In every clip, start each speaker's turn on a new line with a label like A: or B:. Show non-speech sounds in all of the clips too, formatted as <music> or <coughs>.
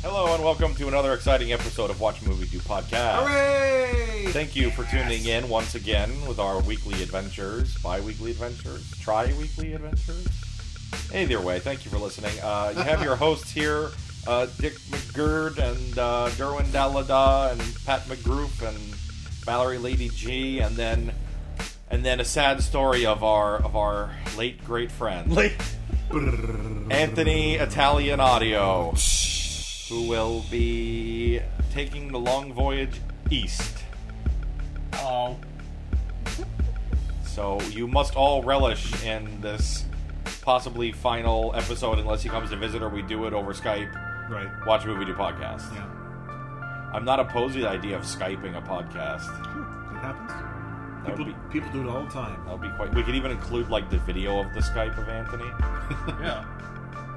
A: Hello and welcome to another exciting episode of Watch Movie Do Podcast.
B: Hooray!
A: Thank you for tuning in once again with our weekly adventures, bi-weekly adventures, tri-weekly adventures. Either way, thank you for listening. Uh, you have your hosts here, uh, Dick McGird and uh, Derwin Dalada and Pat McGroop and Valerie Lady G, and then and then a sad story of our of our late great friend Anthony Italian Audio who will be taking the long voyage east. Hello. So you must all relish in this possibly final episode, unless he comes to visit or we do it over Skype.
B: Right.
A: Watch a movie do podcast.
B: Yeah.
A: I'm not opposed to the idea of skyping a podcast.
B: Sure. It happens.
A: That
B: People,
A: would be
B: people do it all the time.
C: <laughs>
A: that would be quite. We could even include like the video of the Skype of Anthony, <laughs>
C: <laughs>
B: Yeah.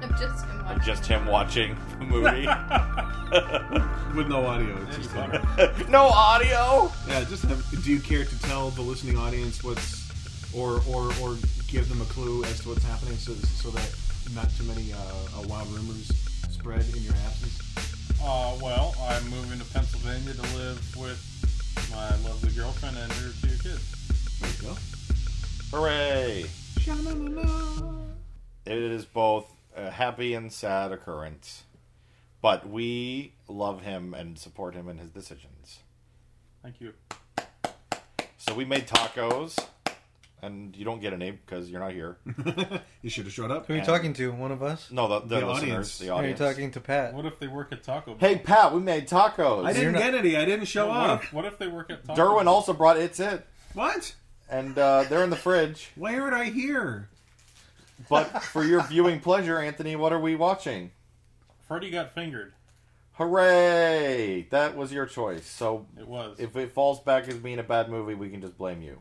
D: I'm just him
A: of
D: watching.
A: just him watching the movie. <laughs>
B: With no audio. It's just him.
C: Uh,
A: no audio.
B: Yeah, just him. Do you care to tell the listening audience what's, or or or give them a clue as to what's happening, so so that not too many uh, uh, wild rumors spread in your absence?
C: Uh, well, I'm moving to Pennsylvania to live with my lovely girlfriend and her two kids.
B: There you go.
A: Hooray!
B: Sha-na-na-na.
A: It is both a happy and sad occurrence, but we love him and support him in his decisions.
C: Thank you.
A: So we made tacos, and you don't get a name because you're not
B: <laughs>
A: here.
B: You should have showed up.
E: Who are you talking to? One of us?
A: No, the, the,
B: The
A: listeners,
B: audience.
A: the
E: Who Are you
A: audience.
E: talking to Pat?
C: What if they work at Taco Bell?
A: Hey Pat, we made tacos.
B: I didn't
E: not-
B: get any. I didn't show
C: What
B: up.
C: if, what if they work at Taco
A: Derwin
C: Bell?
A: also brought it's it,
B: What?
A: and uh, they're in the fridge.
B: Why aren't I here?
A: But for your viewing pleasure, Anthony, what are we watching?
C: Freddy got fingered.
A: Hooray! That was your choice. So
C: It was.
A: if it falls back as being a bad movie, we can just blame you.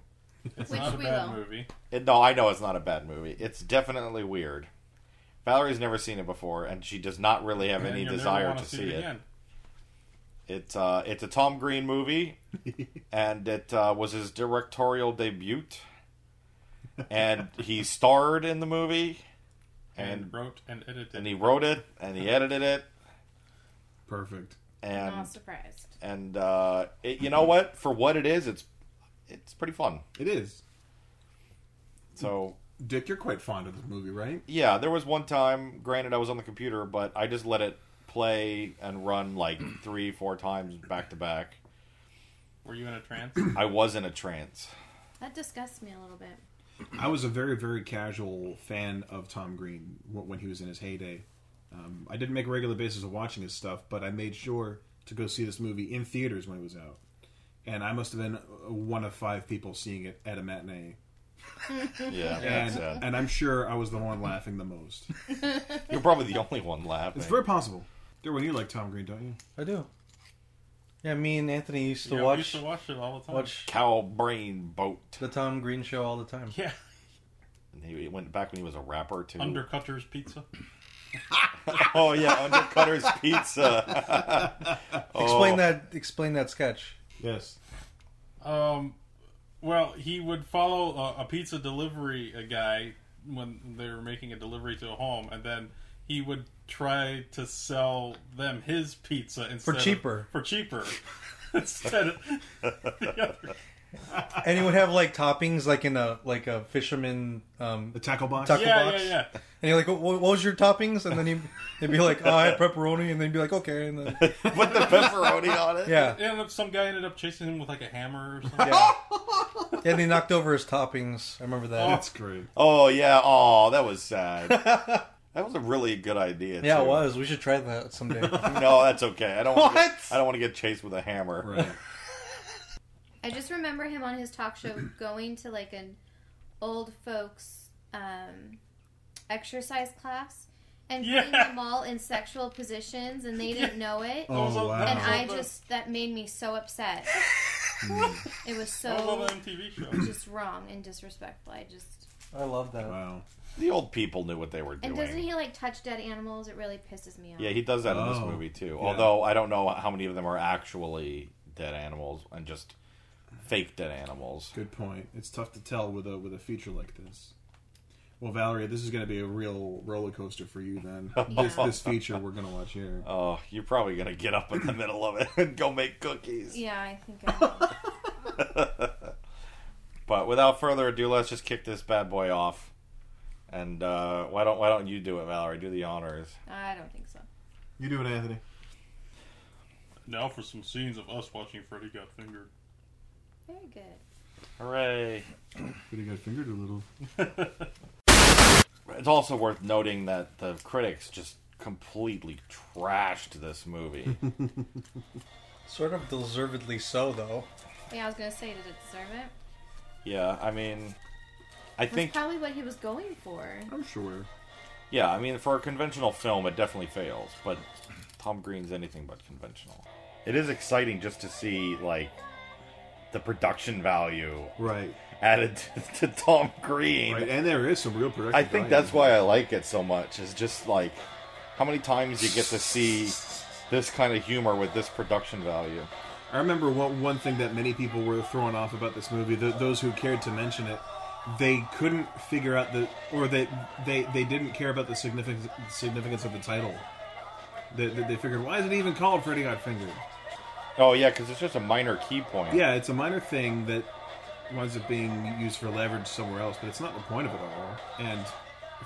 A: <laughs>
C: it's
D: Which
C: not a
D: we
C: bad
D: will.
C: movie.
A: It, no, I know it's not a bad movie. It's definitely weird. Valerie's never seen it before, and she does not really have
C: and
A: any
C: you'll never
A: desire
C: wanna
A: to see it.
C: again.
A: It's uh, it's a Tom Green movie, and it uh, was his directorial debut, and he starred in the movie,
C: And,
A: and
C: wrote and edited.
A: and he wrote it, and he edited it,
B: Perfect.
D: I'm all
A: and
D: surprised.
A: and uh, it, you know what? For what it is, it's it's pretty fun.
B: It is.
A: So
B: Dick, you're quite fond of this movie, right?
A: Yeah, there was one time, granted I was on the computer, but I just let it play and run like
E: <clears throat>
A: three, four times back to back.
C: Were you in a trance?
A: I was in a trance.
D: That disgusts me a little bit.
B: I was a very, very casual fan of Tom Green wh- when he was in his heyday. Um, I didn't make a regular basis of watching his stuff, but I made sure to go see this movie in theaters when it was out. And I must have been uh, one of five people seeing it at a matinee.
A: Yeah,
B: And,
A: that's sad.
B: and I'm sure I was the one laughing the most.
A: You're probably the only one laughing.
B: It's very possible. Derwin, you like Tom Green, don't you?
E: I do. Yeah, me and Anthony used to
C: yeah,
E: watch
C: we used to watch it all the time.
E: watch
A: Cow brain boat.
E: the Tom Green show all the time.
C: Yeah.
A: And he he went back when he was a rapper too.
C: Undercutter's Pizza.
A: <laughs> oh yeah, Undercutter's Pizza.
E: <laughs>
C: Oh.
E: Explain that. Explain that sketch.
B: Yes.
C: Um, well, he would follow a, a pizza delivery a guy when they were making a delivery to a home, and then he would try to sell them his pizza instead of-
E: cheaper.
C: for cheaper <laughs> instead of <laughs> the other.
E: And it would have like toppings, like in a like a fisherman. Um,
B: The tackle box?
E: Tackle-
C: Yeah,
E: box.
C: yeah,
E: and you're like, what, what was your toppings? And then he, they'd be like, oh,
C: <laughs>
E: I had pepperoni, and then he'd be like, okay, and then
A: Put the pepperoni on it.
E: yeah.
C: yeah. Ended up, some guy ended up chasing him with like a hammer or something.
E: Yeah. yeah, and he knocked over his toppings. I remember that.
B: That's great.
A: Oh yeah. Oh, that was sad. that was a really good idea.
E: yeah,
A: too.
E: it was. We should try
C: <laughs>
E: that someday.
A: No, that's okay. I don't. Wanna get,
E: <laughs> What?
A: I don't want to get chased with a hammer.
B: Right.
D: I just remember him on his talk show going to like an old folks um, exercise class, and
C: Yeah.
D: putting them all in sexual positions, and they didn't know it.
B: Oh,
C: Also,
B: wow.
D: And
C: that's
D: I
C: also-
D: just that made me so upset. it was
C: I
D: so
C: love MTV shows.
D: just wrong and disrespectful. I just
E: I love that.
B: Wow.
A: The old people knew what they were doing.
D: and doesn't he like touch dead animals? It really pisses me off.
A: Yeah, he does that in this
B: Oh.
A: movie too.
B: Yeah.
A: Although I don't know how many of them are actually dead animals and just fake dead animals.
B: Good point. It's tough to tell with a with a feature like this. Well, Valerie, this is going to be a real roller coaster for you.
A: <laughs>
B: Then this,
D: Yeah.
B: this feature we're going to watch here.
A: Oh, you're probably gonna get up
B: <laughs>
A: in the middle of it and go make cookies.
D: Yeah, I think. I
A: <laughs> But without further ado, let's just kick this bad boy off. And uh, why don't why don't you do it, Valerie? Do the honors.
D: I don't think so.
B: You do it, Anthony.
C: Now for some scenes of us watching Freddy Got Fingered.
D: Very good.
A: Hooray!
B: Pretty good fingered a little.
A: It's also worth noting that the critics just completely trashed this movie.
E: Sort of deservedly so, though.
D: Yeah, I was gonna say, did it deserve it? That's
A: yeah, I mean, I think
D: probably what he was going for.
B: I'm sure.
A: Yeah, I mean, for a conventional film, it definitely fails, but Tom Green's anything but conventional. It is exciting just to see, like, the production value
B: Right.
A: added <laughs> to, to Tom Green.
B: Right. And there is some real production.
A: I think that's why I like it so much, is just, like, how many times you get to see this kind of humor with this production value.
B: I remember one, one thing that many people were thrown off about this movie. Th those who cared to mention it, they couldn't figure out the, or they they, they didn't care about the significance significance of the title. They, they, they figured, why is it even called Freddy Got Fingered?
A: Oh, yeah, because it's just a minor key point.
B: Yeah, it's a minor thing that winds up being used for leverage somewhere else, but it's not the point of it all. And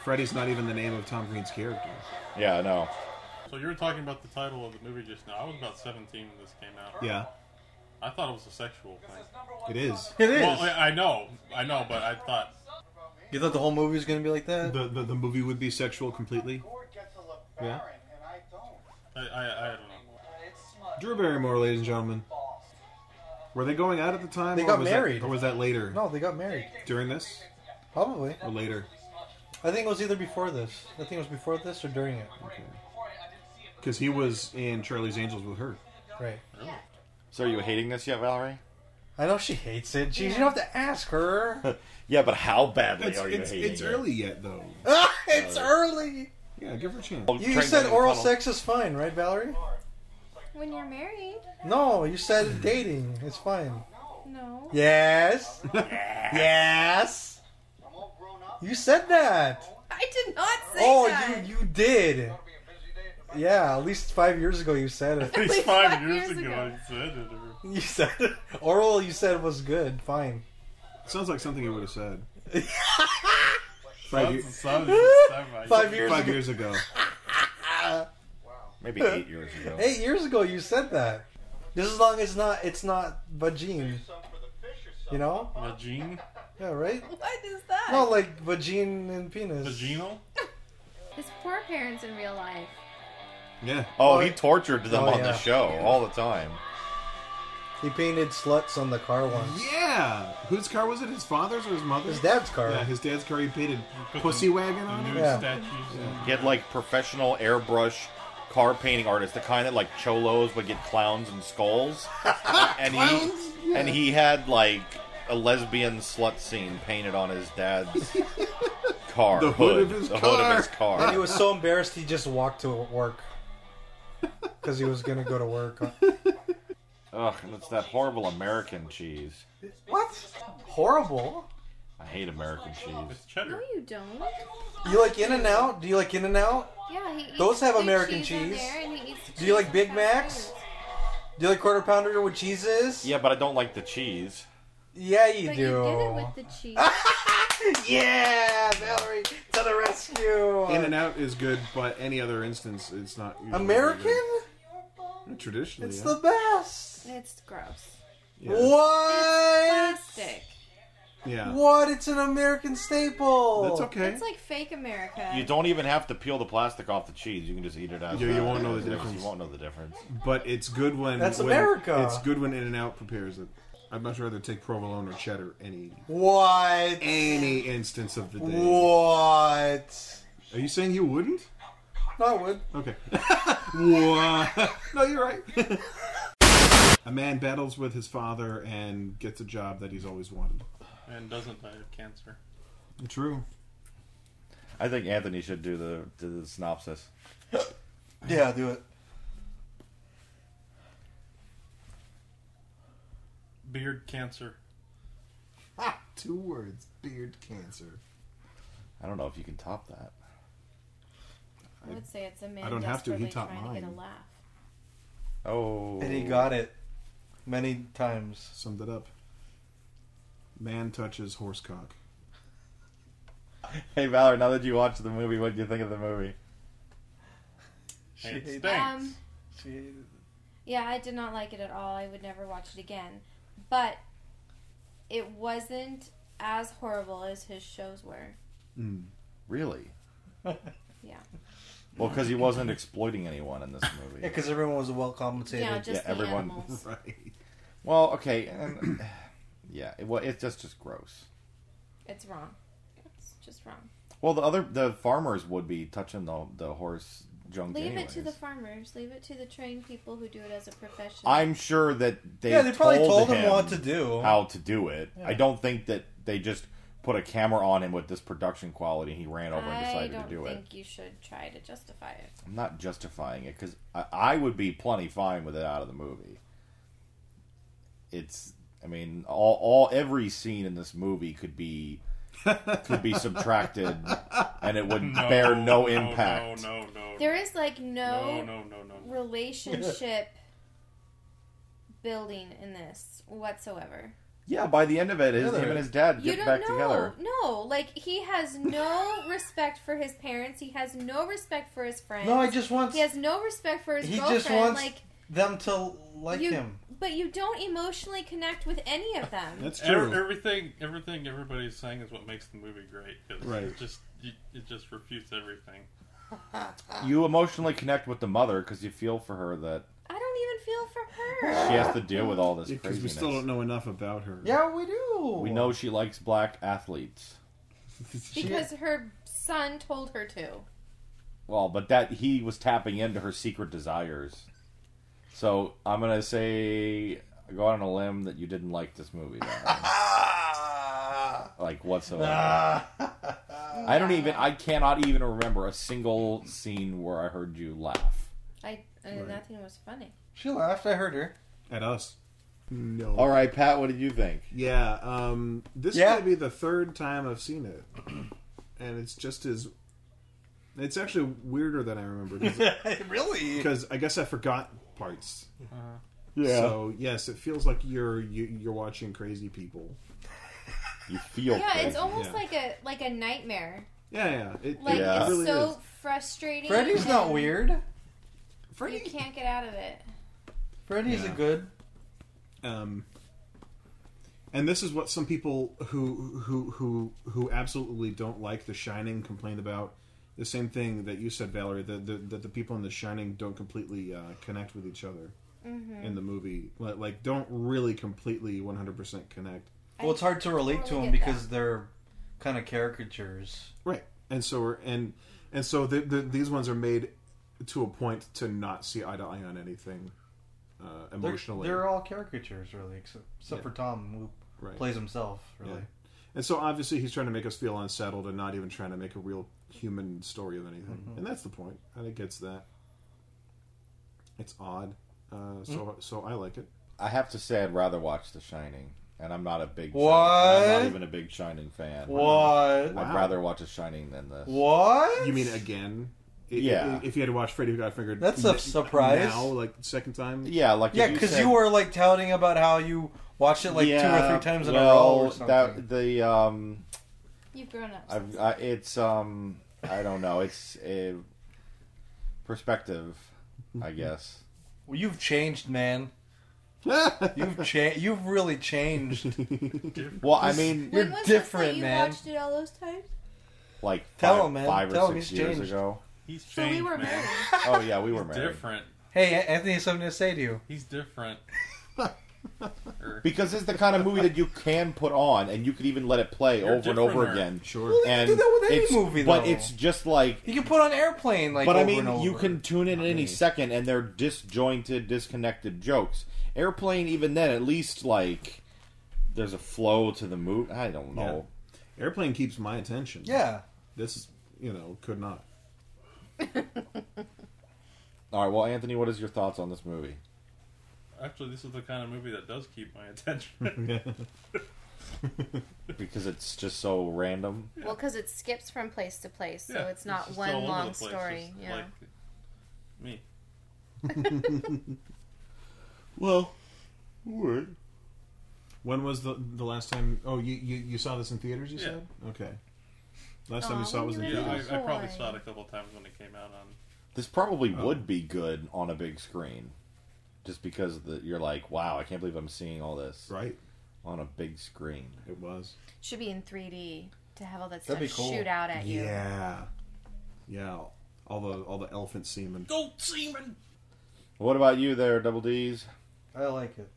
B: Freddy's not even the name of Tom Green's character.
A: Yeah, no.
C: So you were talking about the title of the movie just now. I was about 17 when this came out.
B: Yeah,
C: I thought it was a sexual thing.
B: it is.
E: It is.
C: Well, I I know, I know, but I thought
E: you thought the whole movie was gonna be like that?
B: The, the, the movie would be sexual completely.
F: Court gets a LeBaron,
B: Yeah.
F: and I don't.
C: I, I, I don't know.
F: It's smut.
B: Drew Barrymore, ladies and gentlemen.
F: Boss.
B: Were they going out at the time?
E: They
B: or
E: got
B: was
E: married.
B: That, or was that later?
E: no, they got married.
B: During this?
E: Probably.
B: Or later?
E: I think it was either before this. I think it was before this or during it.
B: Because he was in Charlie's Angels with her.
E: Right.
A: So are you hating this yet, Valerie?
E: I know she hates it. Jeez, you don't have to ask her.
A: Yeah, but how badly
B: It's,
A: are you
B: it's,
A: hating
B: it's
A: it?
B: early yet, though.
E: Ah, it's early.
B: Yeah, give her a chance.
A: Oh,
E: You, you
A: train
E: said
A: down the
E: oral
A: tunnel.
E: sex is fine, right, Valerie?
D: When you're married,
E: No, you said dating is fine.
D: no.
E: Yes. yes.
F: I'm all grown up.
E: You said that.
D: I did not say
E: Oh,
D: that.
E: <laughs> you you did.
F: It'll be a busy day at the bank.
E: Yeah, at least five years ago you said
D: <laughs>
E: it.
C: At least
D: five
C: five years,
D: years
C: ago,
D: ago.
C: I said it. or-
E: You said it. Oral you said was good, fine.
B: Sounds like something he would have
A: <laughs>
B: said.
C: That's
B: five, ye-
C: the sound of the semi.
E: Five years
B: five
E: ago.
B: years ago. <laughs>
E: <laughs>
A: Maybe eight years ago.
E: Eight years ago you said that. Just as long as not it's not vagine,
F: Some for the fish or
E: you
F: something.
E: know?
C: Vagine?
E: Yeah, right?
D: What is that?
E: No, like vagine and penis.
C: Vaginal?
D: His poor parents in real life.
B: Yeah.
A: Oh,
E: Oh,
A: he
E: it-
A: tortured them
E: oh,
A: on the
E: yeah.
A: show all the time.
E: He painted sluts on the car once.
B: Yeah. Whose car was it? His father's or his mother's?
E: His dad's car.
B: Yeah, his dad's car. He painted
C: put
B: pussy wagon
C: The
B: on
C: nude
B: it.
E: Yeah.
C: statues.
A: He had like professional airbrush car painting artists, the kind that like cholos would get clowns and
E: <laughs>
A: skulls. and
B: Clowns?
A: he and he had like a lesbian slut scene painted on his dad's
E: <laughs>
A: car.
B: The hood of his
A: the hood of his
E: And he
A: car.
E: was so embarrassed he just walked to
B: <laughs>
E: work. Because he was going to go to work.
A: Ugh, and it's that horrible American cheese.
E: What? Horrible.
A: I hate American cheese.
C: It's
D: No,
C: cheddar.
D: you don't.
E: You like In and Out? Do you like In and Out?
D: Yeah, he eats
E: Those have
D: big
E: American
D: on
E: cheese.
D: there, and he eats
E: Do you like
D: cheese
E: Big
D: on
E: Macs?
D: fries.
E: Do you like Quarter Pounder with cheeses?
A: Yeah, but I don't like the cheese.
E: Yeah, you
D: But
E: do. Ah!
D: you did it with the cheese.
E: <laughs> yeah, Valerie, to the rescue.
B: In and out is good, but any other instance, it's not. usually
E: American?
B: very good. Traditionally,
E: It's
B: yeah.
E: the best.
D: it's gross.
B: Yeah.
E: What?
D: Plastic.
B: Yeah.
E: What? It's an American staple.
B: That's okay.
D: It's like fake America.
A: You don't even have to peel the plastic off the cheese. You can just eat it out.
B: Yeah, you won't know the difference.
A: You won't know the difference.
B: But it's good when
E: That's
B: when-
E: America.
B: It's good when In and Out prepares it. I'd much rather take provolone or cheddar any
E: What?
B: any instance of the day.
E: What?
B: Are you saying you wouldn't?
E: No, I would.
B: <laughs> Okay. Wha- no, you're right. <laughs> a man battles with his father and gets a job that he's always wanted.
C: and doesn't die of cancer.
B: True.
A: I think Anthony should do the do the synopsis.
E: Yeah, do it.
C: Beard cancer.
G: Two words: beard cancer.
A: I don't know if you can top that.
D: I would say it's a man
B: I don't have to, he
D: desperately
B: taught
D: trying to get a
B: mine.
D: laugh.
A: Oh,
E: And he got it many times.
B: Summed it up. Man touches horse cock.
A: Hey Valerie, now that you watched the movie, what do you think of the movie?
E: She
C: It
E: hated,
C: stinks.
D: Um,
E: she hated it.
D: Yeah, I did not like it at all. I would never watch it again. But it wasn't as horrible as his shows were.
A: Really?
D: Yeah.
A: Well, because he wasn't exploiting anyone in this
E: Yeah,
A: movie.
E: <laughs> because everyone was well compensated.
D: Yeah, just
A: Yeah,
D: the
A: everyone-
B: <laughs>
D: animals.
B: Right.
A: Well, okay, and <clears throat> yeah, it, well, it's just just gross.
D: It's wrong. It's just wrong.
A: Well, the other the farmers would be touching the the horse junk.
D: Leave
A: anyways.
D: it to the farmers. Leave it to the trained people who do it as a profession.
A: I'm sure that they
E: yeah, they probably told, him,
A: him
E: what to do.
A: how to do it.
E: Yeah.
A: I don't think that they just put a camera on him with this production quality and he ran over and
D: I
A: decided to
D: don't
A: do it.
D: think you should try to justify it.
A: I'm not justifying it because I, I would be plenty fine with it out of the movie. It's, I mean, all, all every scene in this movie could
E: <laughs>
A: be could be subtracted and it would bear no impact.
C: No, no, no.
D: There is like
C: no,
A: <laughs>
D: no,
C: no, no, no.
D: relationship building in this whatsoever.
A: Yeah, by the end of it, his,
E: there
A: him and
E: is.
A: his dad
D: You
A: get
D: don't
A: back
D: know.
A: together.
D: No, like he has no respect for his parents. He has no respect for his friends.
E: No, he just wants
D: he has no respect for his
E: He
D: girlfriend.
E: just wants
D: like
E: them to like
D: you,
E: him.
D: but you don't emotionally connect with any of them.
B: That's
C: Ev-
B: true.
C: everything, everything everybody's saying is what makes the movie great. 'cause
B: Right.
C: It just, you, it just refutes everything.
A: You emotionally connect with the mother because you feel for her that
D: I don't even feel for
A: she
D: her.
A: has to deal with all this
B: Because
A: craziness.
B: we still don't know enough about her.
G: Yeah, we do.
A: We know she likes black athletes.
D: Because her son told her to.
A: Well, but that he was tapping into her secret desires. So I'm gonna say, go out on a limb that you didn't like this movie,
E: <laughs>
A: Larry.
G: Ah.
A: like whatsoever.
G: Ah.
A: I don't even. I cannot even remember a single scene where I heard you laugh.
D: I, I
B: Right.
D: nothing was funny.
E: <laughs> She laughed. I heard her.
B: At us. No.
A: All right, Pat, what did you think?
B: Yeah, um, this
E: Yeah.
B: may be the third time I've seen it, <clears throat> and it's just as. It's actually weirder than I remember
G: really?
B: because I guess I forgot parts.
A: Yeah,
B: So yes, it feels like you're you, you're watching crazy people.
A: you feel.
D: Yeah,
A: crazy.
D: it's almost
B: Yeah.
D: like a like a nightmare.
B: Yeah, yeah. It,
D: Like
B: it
A: Yeah.
D: it's
B: really
D: so
B: is.
D: frustrating.
E: Freddy's not
D: and
E: weird.
D: You can't get out of it.
E: Freddy's a
B: Yeah.
E: good.
B: Um, and this is what some people who who who who absolutely don't like The Shining complain about. The same thing that you said, Valerie. That the, that the people in The Shining don't completely uh, connect with each other
D: Mm-hmm.
B: in the movie. Like, like don't really completely one hundred percent connect.
E: Well, it's hard to relate to
D: totally
E: him
D: get
E: because they're kind of caricatures.
B: Right. And so we're, and and so the, the, these ones are made to a point to not see eye to eye on anything uh,
E: They're-
B: emotionally.
E: They're, all caricatures, really, except, except for Tom, who
B: Right.
E: plays himself, really.
B: Yeah. And so obviously he's trying to make us feel unsettled and not even trying to make a real human story of anything.
E: Mm-hmm.
B: And that's the point. I think it's that. It's odd. Uh, so
E: Mm.
B: so I like it.
A: I have to say, I'd rather watch The Shining, and I'm not a big. Shining-
E: What?
A: I'm not even a big Shining fan.
E: What?
A: I'd
B: Wow.
A: rather watch a Shining than this.
E: What?
B: You mean again? I-
A: Yeah.
B: i- If you had to watch Freddy Who Got Fingered,
E: That's a
B: n-
E: surprise.
B: Now, like the second time.
A: Yeah, like if
E: Yeah, because
A: said-
E: you were like touting about how you watched it like two
A: Yeah,
E: or three times in
A: well,
E: a row or something.
A: That, the um,
D: You've grown up.
A: I've, I, it's um, I don't know. It's a perspective, I guess.
E: Well, you've changed,
A: <laughs>
E: man. You've changed. You've really changed.
A: Well, I
E: <laughs>
A: mean,
E: You're
D: when was
E: different,
D: this that you
E: man.
D: watched it all those times?
A: like
E: Tell
A: five,
E: him, man.
A: five or
E: Tell him
A: six
E: he's
A: years
E: changed. <laughs>
A: ago.
C: He's changed,
D: So we were
C: man.
D: married.
A: Oh yeah, we were
C: He's
A: married.
C: different.
E: hey, Anthony, has something to say to you.
C: He's different. Or-
A: Because it's the kind of movie that you can put on and you could even let it play
C: You're
A: over and over
C: different,
A: again.
B: Sure.
E: Well, they can
A: And
E: do that with any
A: it's,
E: movie,
A: but
E: though.
A: it's just like.
H: You can put on airplane like.
A: But I
H: over and
A: mean, you
H: over.
A: can tune in at any second, and they're disjointed, disconnected jokes. Airplane, even then, at least like there's a flow to the movie. I don't know.
B: Airplane keeps my attention.
E: Yeah.
B: This, you know, could not. <laughs>
A: All right, well, Anthony, what is your thoughts on this movie?
C: Actually, this is the kind of movie that does keep my <laughs> attention.
A: Because it's just so random.
D: Well, because it skips from place to place, so
C: Yeah,
D: it's not
C: just
D: one
C: all over
D: long
C: the place,
D: story.
C: just
D: Yeah.
C: like me.
A: Well,
B: When was the the last time? Oh, you you, you saw this in theaters? You
C: Yeah.
B: said okay. Last time
D: Aw,
B: you saw it was in
D: when you
C: Yeah,
D: were
B: theaters.
D: little.
C: I, I probably
D: Boy.
C: saw it a couple times when it came out on.
A: this probably
B: Oh.
A: would be good on a big screen, just because the, you're like, wow, I can't believe I'm seeing all this
B: Right,
A: on a big screen.
B: it was.
D: Should be in 3D to have all that stuff
E: That'd be cool.
D: shoot out at you.
B: Yeah, yeah. All the all the elephant semen.
C: Gold semen.
A: What about you, there, Double D's?
E: I like it.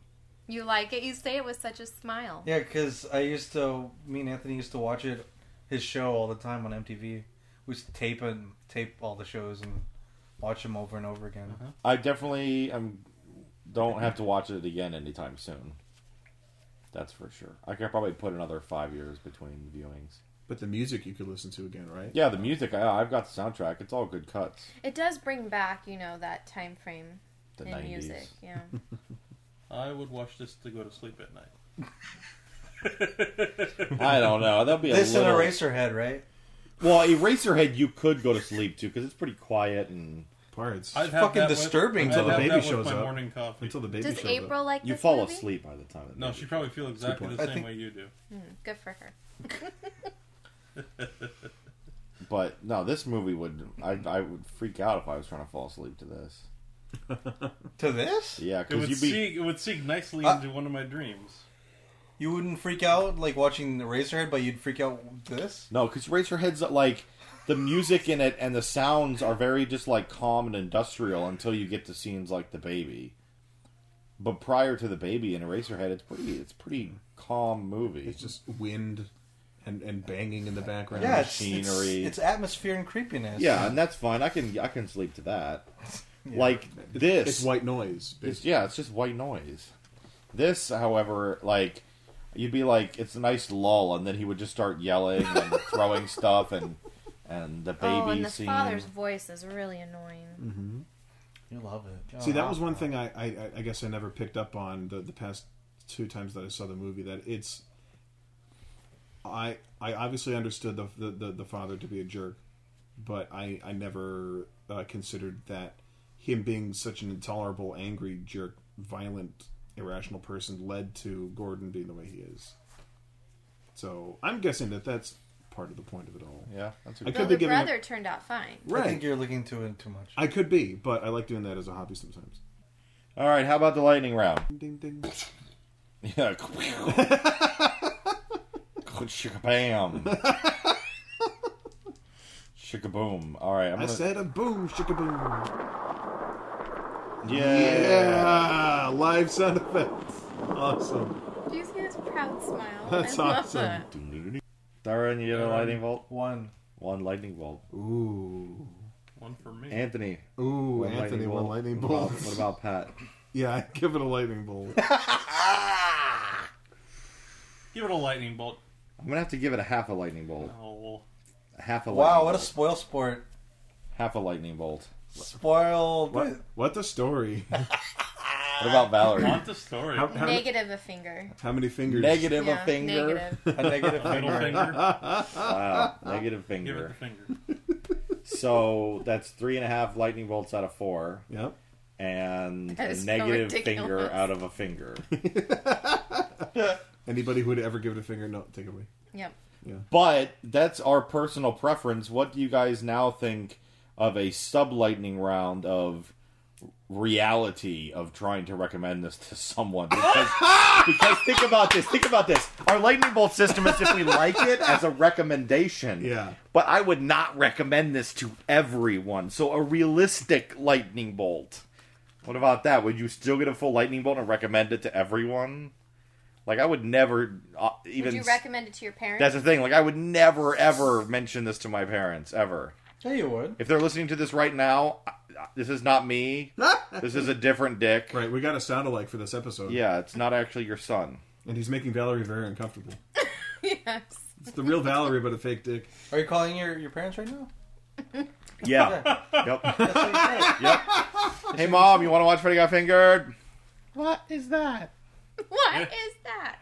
D: You like it? You say it with such a smile.
E: Yeah, because I used to, me and Anthony used to watch it, his show all the time on MTV. We used to tape and tape all the shows and watch them over and over again.
A: I definitely am. Don't have to watch it again anytime soon. That's for sure. I could probably put another five years between viewings.
B: But the music you could listen to again, right?
A: Yeah, the music. I, I've got the soundtrack. It's all good cuts.
D: It does bring back, you know, that time frame
A: The
D: in
A: nineties.
D: music.
A: <laughs>
D: Yeah.
C: I would watch this to go to sleep at night.
A: I don't know. That'll be a
E: This
A: little.
E: and Eraserhead, right?
A: Well, Eraserhead, you could go to sleep to because it's pretty quiet and
B: Parts
C: I'd
E: fucking
C: that with-
E: disturbing
C: I'd
E: until
B: the
C: have
B: baby
C: that with
B: shows
C: my
B: up.
C: Morning coffee.
B: until the baby
D: Does
B: shows up.
D: April like
A: you
D: this
A: fall
D: movie?
A: asleep by the time. It
C: no, she probably feels exactly
B: point.
C: the
E: I
C: same
E: think-
C: way you do.
D: Good for her.
A: But no, this movie would. I I would freak out if I was trying to fall asleep to this.
E: To this?
A: Yeah,
C: It
A: because
C: would
A: you'd be.
C: sink. It would sink nicely
E: Uh,
C: into one of my dreams.
E: You wouldn't freak out like watching Eraserhead, but you'd freak out with this?
A: No, because Eraserhead's like the music in it and the sounds are very just like calm and industrial until you get to scenes like the baby. But prior to the baby in Eraserhead, it's pretty it's pretty calm movie.
B: It's just wind and and banging in the background.
E: Yeah, it's,
A: Machinery.
E: It's, it's atmosphere and creepiness.
A: yeah, and that's fine. I can I can sleep to that.
B: <laughs>
A: Like
B: It's-
A: this,
B: It's white noise.
A: It's, yeah, it's just white noise. This, however, like you'd be like, it's a nice lull, and then he would just start yelling and throwing <laughs> stuff, and and the baby
D: oh, and the
A: scene. Mm-hmm.
D: father's voice is really annoying.
E: You love it.
B: See, that was one thing I, I, I- I guess I never picked up on the, the past two times that I saw the movie that it's. I I obviously understood the the, the, the father to be a jerk, but I I never uh, considered that him being such an intolerable, angry jerk, violent, irrational person led to Gordon being the way he is. So I'm guessing that that's part of the point of it all.
A: Yeah, that's a
B: I
A: good.
D: No,
B: could
D: the
B: be giving up-
D: brother turned out fine.
E: I think you're looking into it too much.
B: I could be, but I like doing that as a hobby sometimes.
A: All right, how about the lightning round?
B: Ding ding.
A: Yeah. <laughs> Shakabam. Shakaboom. All right, I'm
B: I
A: gonna.
B: said a boom, shikaboom.
A: yeah.
B: Yeah, live sound effects. Awesome.
D: Do you see his proud
A: <laughs>
D: smile?
B: That's
D: I love
B: awesome.
D: it.
A: Darren, you get a lightning bolt.
B: <laughs>
E: One.
A: One lightning bolt.
B: Um, Ooh.
C: One for me.
A: Anthony.
B: Ooh,
A: one
B: Anthony, one lightning
A: What about-
B: bolt.
A: What about Pat?
B: <laughs> Yeah, I give it a lightning bolt.
A: <laughs>
C: Give it a lightning bolt.
A: I'm gonna have to give it a half a lightning bolt.
C: Oh,
A: A half a. lightning
E: Wow, what a
A: bolt.
E: spoil sport.
A: half a lightning bolt.
E: Spoiled.
B: What? What the
D: <laughs>
B: story?
A: What about Valerie?
B: <coughs>
C: want the story.
B: How, how, many-
D: Negative a finger.
B: how many fingers?
A: negative
D: yeah,
A: a finger.
D: Negative.
E: A negative
C: A middle
B: <laughs>
E: finger.
C: finger.
A: Wow, negative
C: Give it the
A: finger.
C: finger.
A: So that's three and a half lightning bolts out of four.
B: Yep.
A: and
D: That
A: a
D: is so
A: negative
D: ridiculous.
A: finger out of a finger.
B: Anybody who would ever give it a finger, no,
A: <laughs>
B: take it away.
D: Yep.
A: but that's our personal preference. What do you guys now think of a sub lightning round of reality of trying to recommend this to someone? Because, because think about this. Think about this. Our lightning bolt system is if we like it as a recommendation.
B: Yeah.
A: But I would not recommend this to everyone. So a realistic lightning bolt. What about that? Would you still get a full lightning bolt and recommend it to everyone? Like I would never uh, even.
D: Would you recommend it to your parents?
A: that's the thing. Like I would never ever mention this to my parents ever.
E: Yeah, you would.
A: If they're listening to this right now, I- I- this is not <laughs> me. this is a different dick.
B: Right, we got a sound alike for this episode.
A: Yeah, it's not actually your son.
B: And he's making Valerie very uncomfortable.
D: <laughs> yes.
B: It's the real Valerie, but a fake dick.
E: Are you calling your, your parents right now?
A: Yeah. yep.
E: That's what you said.
A: Hey mom, you want to watch Freddy Got Fingered?
I: What is that?
D: What is that?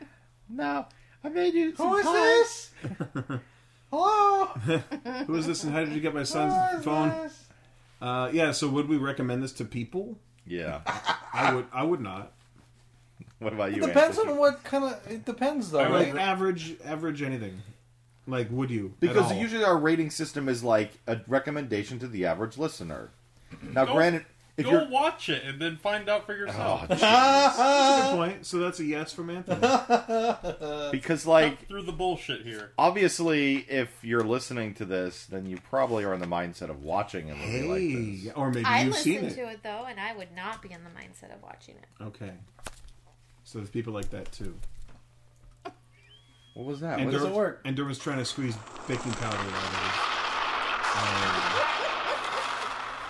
A: No. I made you.
E: Who is this?
B: <laughs>
E: Hello.
B: Who is this and how did you get
A: <laughs>
B: my son's phone? Uh, yeah, so would we recommend this to people?
A: Yeah.
B: I would I would not.
A: What about you?
E: It depends
A: Anthony?
E: on what kind of. It depends though,
C: I would-
E: right?
B: Like average average anything. Like would you? At
A: Because
B: all?
A: usually our rating system is like a recommendation to the average listener. Now,
C: Go-
A: granted, if
C: Go
A: you're
C: watch it and then find out for yourself.
A: Oh, <laughs>
D: Uh.
B: That's a good point. So that's a yes from <laughs> Anthony.
A: because like
C: Cut through the bullshit here.
A: obviously, if you're listening to this, then you probably are in the mindset of watching a movie like
B: hey,
A: this.
B: or maybe
D: I
B: you've seen
D: listened
B: it.
D: to it though, and I would not be in the mindset of watching it.
B: Okay. So there's people like that too.
A: What was that?
B: And
A: What is
B: Dur-
A: it?
E: work?
B: And Durham's trying to squeeze baking powder out of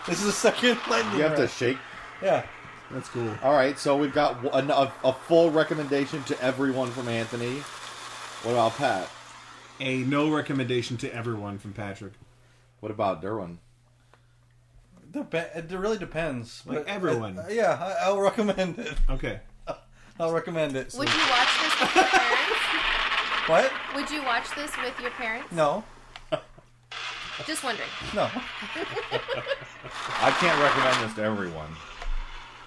B: it.
E: This is the second lightning.
A: You have to
E: round.
A: shake.
E: Yeah.
B: Um, that's cool.
A: All right, so we've got w- an- a, a full recommendation to everyone from Anthony. What about Pat?
B: Um, A no recommendation to everyone from Patrick.
A: What about Derwin?
E: Depe- it really depends.
B: Like
E: but-
B: everyone.
E: uh, yeah, I, I'll recommend it.
B: Okay.
E: I'll recommend it.
D: Would you watch this with your
B: <laughs>
D: parents?
E: What?
D: Would you watch this with your parents?
E: No.
D: Just wondering.
E: No.
A: I can't recommend this to everyone.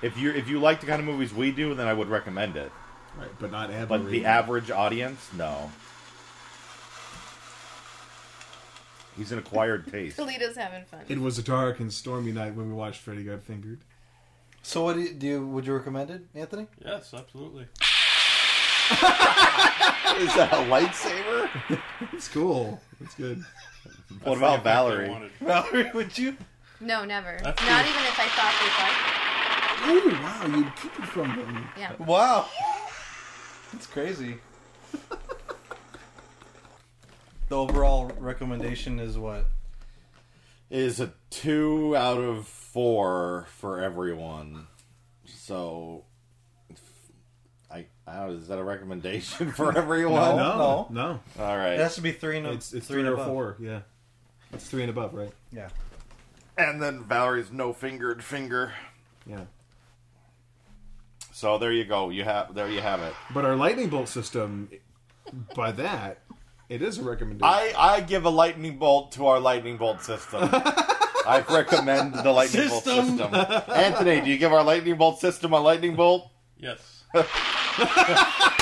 A: If you if you like the kind of movies we do, then I would recommend it.
B: Right, but not ever.
A: But the average audience, no. He's an acquired
D: <laughs>
A: taste.
D: Alita's having fun.
B: It was a dark and stormy night when we watched Freddy Got Fingered.
E: So what do you, do you would you recommend it, Anthony?
C: Yes, absolutely.
A: Is that a lightsaber?
B: It's cool. It's <laughs> good.
A: What
C: That's the
A: about
C: effect I
A: Valerie?
C: wanted.
E: <laughs> Valerie, would you?
D: No, never. Not
C: That's good.
D: even if I thought
B: Ooh, wow, you'd keep it from them.
D: they'd like it. Yeah.
E: Wow. That's crazy. the overall recommendation is what?
A: Is a two out of four for everyone. So, I, I don't, is that a recommendation for everyone?
E: <laughs> No.
B: No, no,
A: All right.
E: It has to be three and
B: It's it's
E: three
B: three,
E: and
B: or
E: above.
B: four. Yeah, it's three and above, right?
E: Yeah.
A: And then Valerie's no fingered finger.
B: Yeah.
A: So there you go. You have there you have it.
B: But our lightning bolt system, by that, it is a recommendation.
A: I, I give a lightning bolt to our lightning bolt system.
E: <laughs>
A: I recommend the lightning
E: System.
A: bolt system. Anthony, do you give our lightning bolt system a lightning bolt?
C: Yes.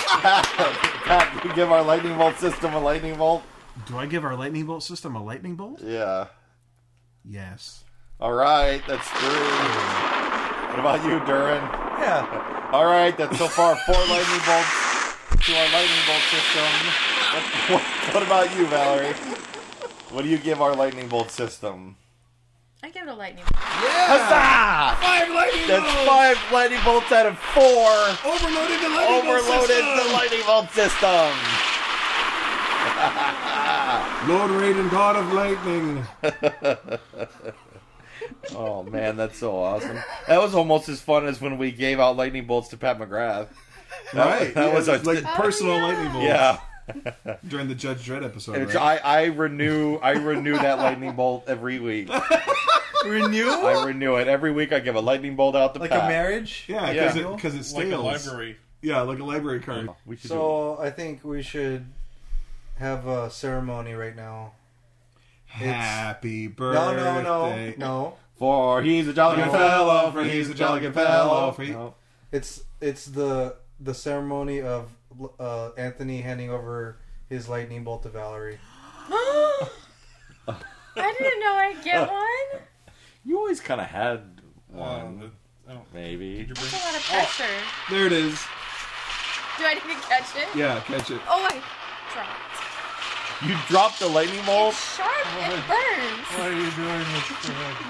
A: Pat, do you give our lightning bolt system a lightning bolt?
B: Do I give our lightning bolt system a lightning bolt?
A: Yeah.
B: Yes.
A: All right, that's three. What about you, Duran?
E: Yeah.
A: All right, that's so far <laughs> four lightning bolts to our lightning bolt system. What, what, what about you, Valerie? What do you give our lightning bolt system?
D: I give it a lightning.
A: Huzzah! Ah! Five lightning That's five lightning bolts out of four.
B: Overloaded the lightning
A: Overloaded the lightning bolt system.
B: Lord Raiden, God of Lightning.
A: Oh man, that's so awesome. That was almost as fun as when we gave out lightning bolts to Pat McGrath.
B: Right.
A: that
B: yeah,
A: was a-
B: like personal lightning bolt.
A: Yeah,
B: During the Judge Dredd episode.
A: and it's,
B: right?
A: I I renew I renew that lightning bolt every week.
E: Renew?
A: I renew it every week. I give a lightning bolt out to
E: Like
A: Pat.
E: a marriage?
B: yeah,
A: Yeah. Oh,
B: because it because it
C: Like
B: stales.
C: a library.
B: Yeah, like a library card.
A: We should do
E: So I think we should have a ceremony right now.
B: Happy
E: No,
B: birthday.
E: no, no, no.
A: it. for he's a jolly good
B: No.
A: fellow. For
B: For
A: he's a jolly good fellow.
B: for he-
A: No.
E: It's it's the the ceremony of uh, Anthony handing over his lightning bolt to Valerie.
B: <gasps>
D: <gasps> I didn't know I'd
B: Uh.
D: get one.
A: You always kind of had
C: Um,
A: one,
C: I don't-
A: maybe.
C: did you
D: That's
C: bring-
D: a lot of pressure.
B: There it is.
D: Do I need to catch it?
B: Yeah, catch it.
D: Oh, I dropped.
A: You dropped the lightning
B: Oh.
A: bolt.
D: It's sharp. It burns.
C: What are you doing with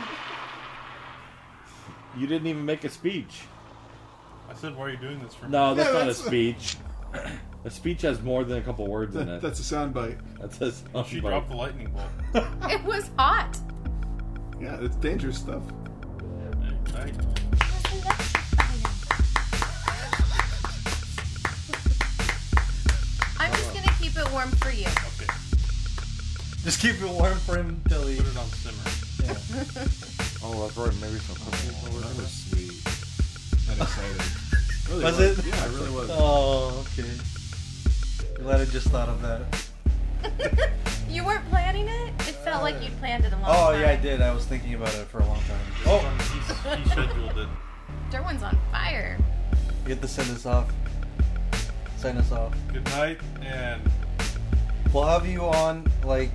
A: You didn't even make a speech.
C: I said, why are you doing this for
A: No,
C: me?
A: that's
B: Yeah,
A: not
B: that's-
A: a speech. a speech has more than a couple words in it.
B: That's a soundbite.
A: That's a sound
C: She
A: bite.
C: dropped the lightning bolt.
D: It was hot.
B: Yeah, it's dangerous stuff.
C: Hey, hey.
D: I'm just gonna keep it warm for you. <laughs>
C: Okay,
E: Just keep it warm for him till he.
C: put it on simmer.
J: Oh, that's right. Maybe some cooking.
B: That was sweet. And exciting.
E: <laughs>
B: Really
E: Was it?
B: Yeah, it really was.
E: Oh, okay. Glad I just thought of that.
D: You weren't planning it? It felt like you planned it a long
E: Oh
D: time.
E: yeah, I did. I was thinking about it for a long time.
C: Oh, he, he scheduled it.
D: Derwin's on fire.
E: You have to send us off. Sign us off.
C: Good night, and
E: We'll have you on like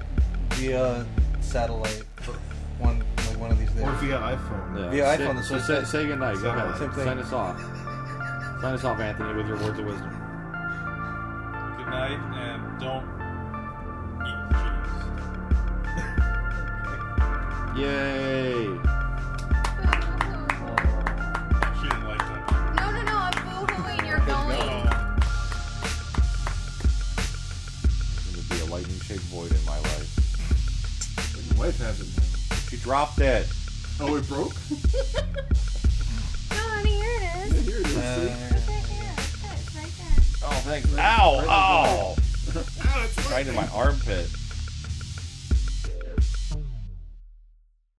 E: via satellite one like one of these days.
B: Or via iPhone.
A: Yeah.
E: Via iPhone,
A: Say, so
E: that's
A: say,
E: what-
A: say goodnight. Go
B: Sound
A: ahead.
B: bite.
E: Same thing.
A: Sign us off. Sign us off, Anthony, with your words of wisdom.
C: good night, and don't eat cheese.
A: Yay!
D: Boo-hoo.
C: She didn't like that.
D: No, no, no, I'm boo-hooing. You're going.
C: Oh,
A: There's gonna be a lightning shaped void in my life.
B: But Your wife has it now.
A: She dropped it.
B: Oh, it broke?
D: <laughs> No, honey, here it
B: Yeah,
D: is.
B: Here it is.
E: Uh,
B: see?
D: It's right there. It's right there.
J: Oh, thanks.
A: Ow! Ow!
J: Right in my armpit.